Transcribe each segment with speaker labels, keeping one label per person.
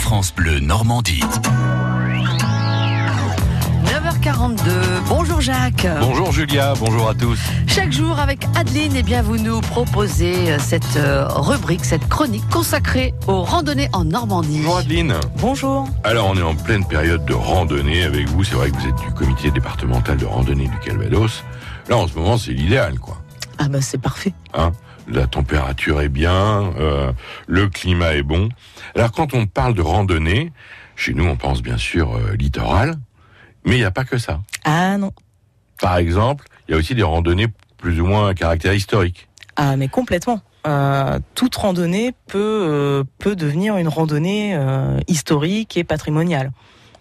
Speaker 1: France Bleu Normandie.
Speaker 2: 9h42. Bonjour Jacques.
Speaker 3: Bonjour Julia, bonjour à tous.
Speaker 2: Chaque jour avec Adeline, eh bien vous nous proposez euh, cette euh, rubrique, cette chronique consacrée aux randonnées en Normandie.
Speaker 3: Bonjour Adeline.
Speaker 4: Bonjour.
Speaker 3: Alors on est en pleine période de randonnée avec vous. C'est vrai que vous êtes du comité départemental de randonnée du Calvados. Là en ce moment c'est l'idéal quoi.
Speaker 4: Ah bah c'est parfait.
Speaker 3: La température est bien, euh, le climat est bon. Alors quand on parle de randonnée, chez nous on pense bien sûr euh, littoral, mais il n'y a pas que ça.
Speaker 4: Ah non.
Speaker 3: Par exemple, il y a aussi des randonnées plus ou moins à caractère historique.
Speaker 4: Ah mais complètement. Euh, toute randonnée peut euh, peut devenir une randonnée euh, historique et patrimoniale.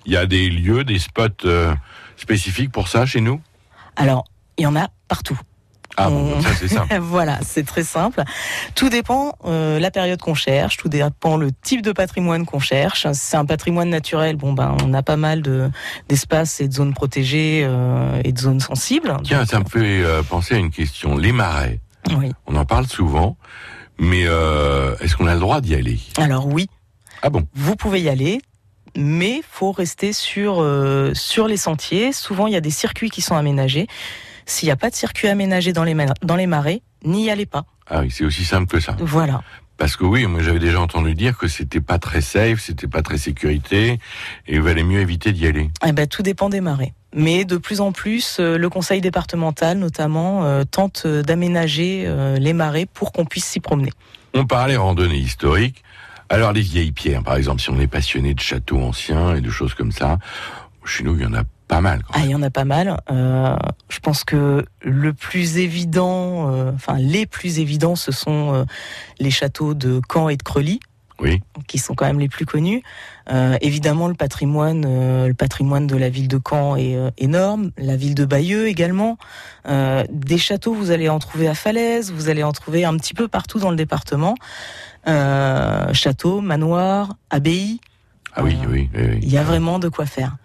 Speaker 3: Il y a des lieux, des spots euh, spécifiques pour ça chez nous
Speaker 4: Alors il y en a partout.
Speaker 3: Ah bon,
Speaker 4: On-
Speaker 3: ça c'est simple.
Speaker 4: voilà, c'est très simple. Tout dépend euh, la période qu'on cherche, tout dépend le type de patrimoine qu'on cherche. Si c'est un patrimoine naturel, bon ben on a pas mal de d'espaces et de zones protégées euh, et de zones sensibles.
Speaker 3: Tiens, ça me fait euh, penser à une question. Les marais.
Speaker 4: Oui.
Speaker 3: On en parle souvent, mais euh, est-ce qu'on a le droit d'y aller
Speaker 4: Alors oui,
Speaker 3: Ah bon
Speaker 4: vous pouvez y aller, mais faut rester sur, euh, sur les sentiers. Souvent, il y a des circuits qui sont aménagés. S'il n'y a pas de circuit aménagé dans les, ma- dans les marais, n'y allez pas.
Speaker 3: Ah oui, c'est aussi simple que ça.
Speaker 4: Voilà.
Speaker 3: Parce que oui, moi j'avais déjà entendu dire que c'était pas très safe, c'était pas très sécurité, et il valait mieux éviter d'y aller.
Speaker 4: Eh ben, tout dépend des marais. Mais de plus en plus, euh, le conseil départemental, notamment, euh, tente euh, d'aménager euh, les marais pour qu'on puisse s'y promener.
Speaker 3: On parlait randonnée historique. Alors les vieilles pierres, par exemple, si on est passionné de châteaux anciens et de choses comme ça, chez nous il y en a pas mal. Quand
Speaker 4: Ah,
Speaker 3: même.
Speaker 4: il y en a pas mal. Euh, je pense que le plus évident, euh, enfin, les plus évidents, ce sont euh, les châteaux de Caen et de Creuly.
Speaker 3: Oui.
Speaker 4: qui sont quand même les plus connus. Euh, évidemment, le patrimoine, euh, le patrimoine de la ville de Caen est euh, énorme. La ville de Bayeux également. Euh, des châteaux, vous allez en trouver à Falaise, vous allez en trouver un petit peu partout dans le département. Euh, châteaux, manoirs, abbayes.
Speaker 3: Ah oui,
Speaker 4: Euh,
Speaker 3: oui, oui, oui.
Speaker 4: Il y a vraiment de quoi faire.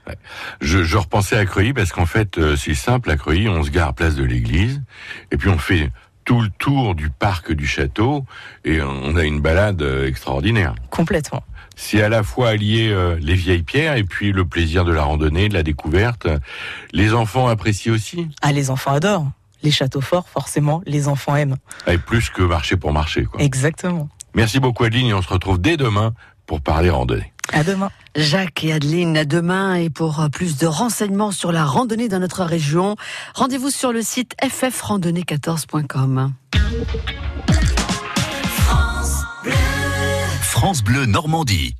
Speaker 3: Je, je repensais à Creuilly parce qu'en fait, euh, c'est simple, à Creuilly, on se gare à place de l'église et puis on fait tout le tour du parc du château et on a une balade euh, extraordinaire.
Speaker 4: Complètement.
Speaker 3: C'est à la fois allier euh, les vieilles pierres et puis le plaisir de la randonnée, de la découverte. Les enfants apprécient aussi,
Speaker 4: Ah, les enfants adorent. Les châteaux forts, forcément, les enfants aiment.
Speaker 3: et plus que marcher pour marcher. Quoi.
Speaker 4: Exactement.
Speaker 3: Merci beaucoup Adeline et on se retrouve dès demain pour parler randonnée.
Speaker 4: À demain.
Speaker 2: Jacques et Adeline, à demain. Et pour euh, plus de renseignements sur la randonnée dans notre région, rendez-vous sur le site ffrandonnée14.com.
Speaker 1: France Bleu Normandie.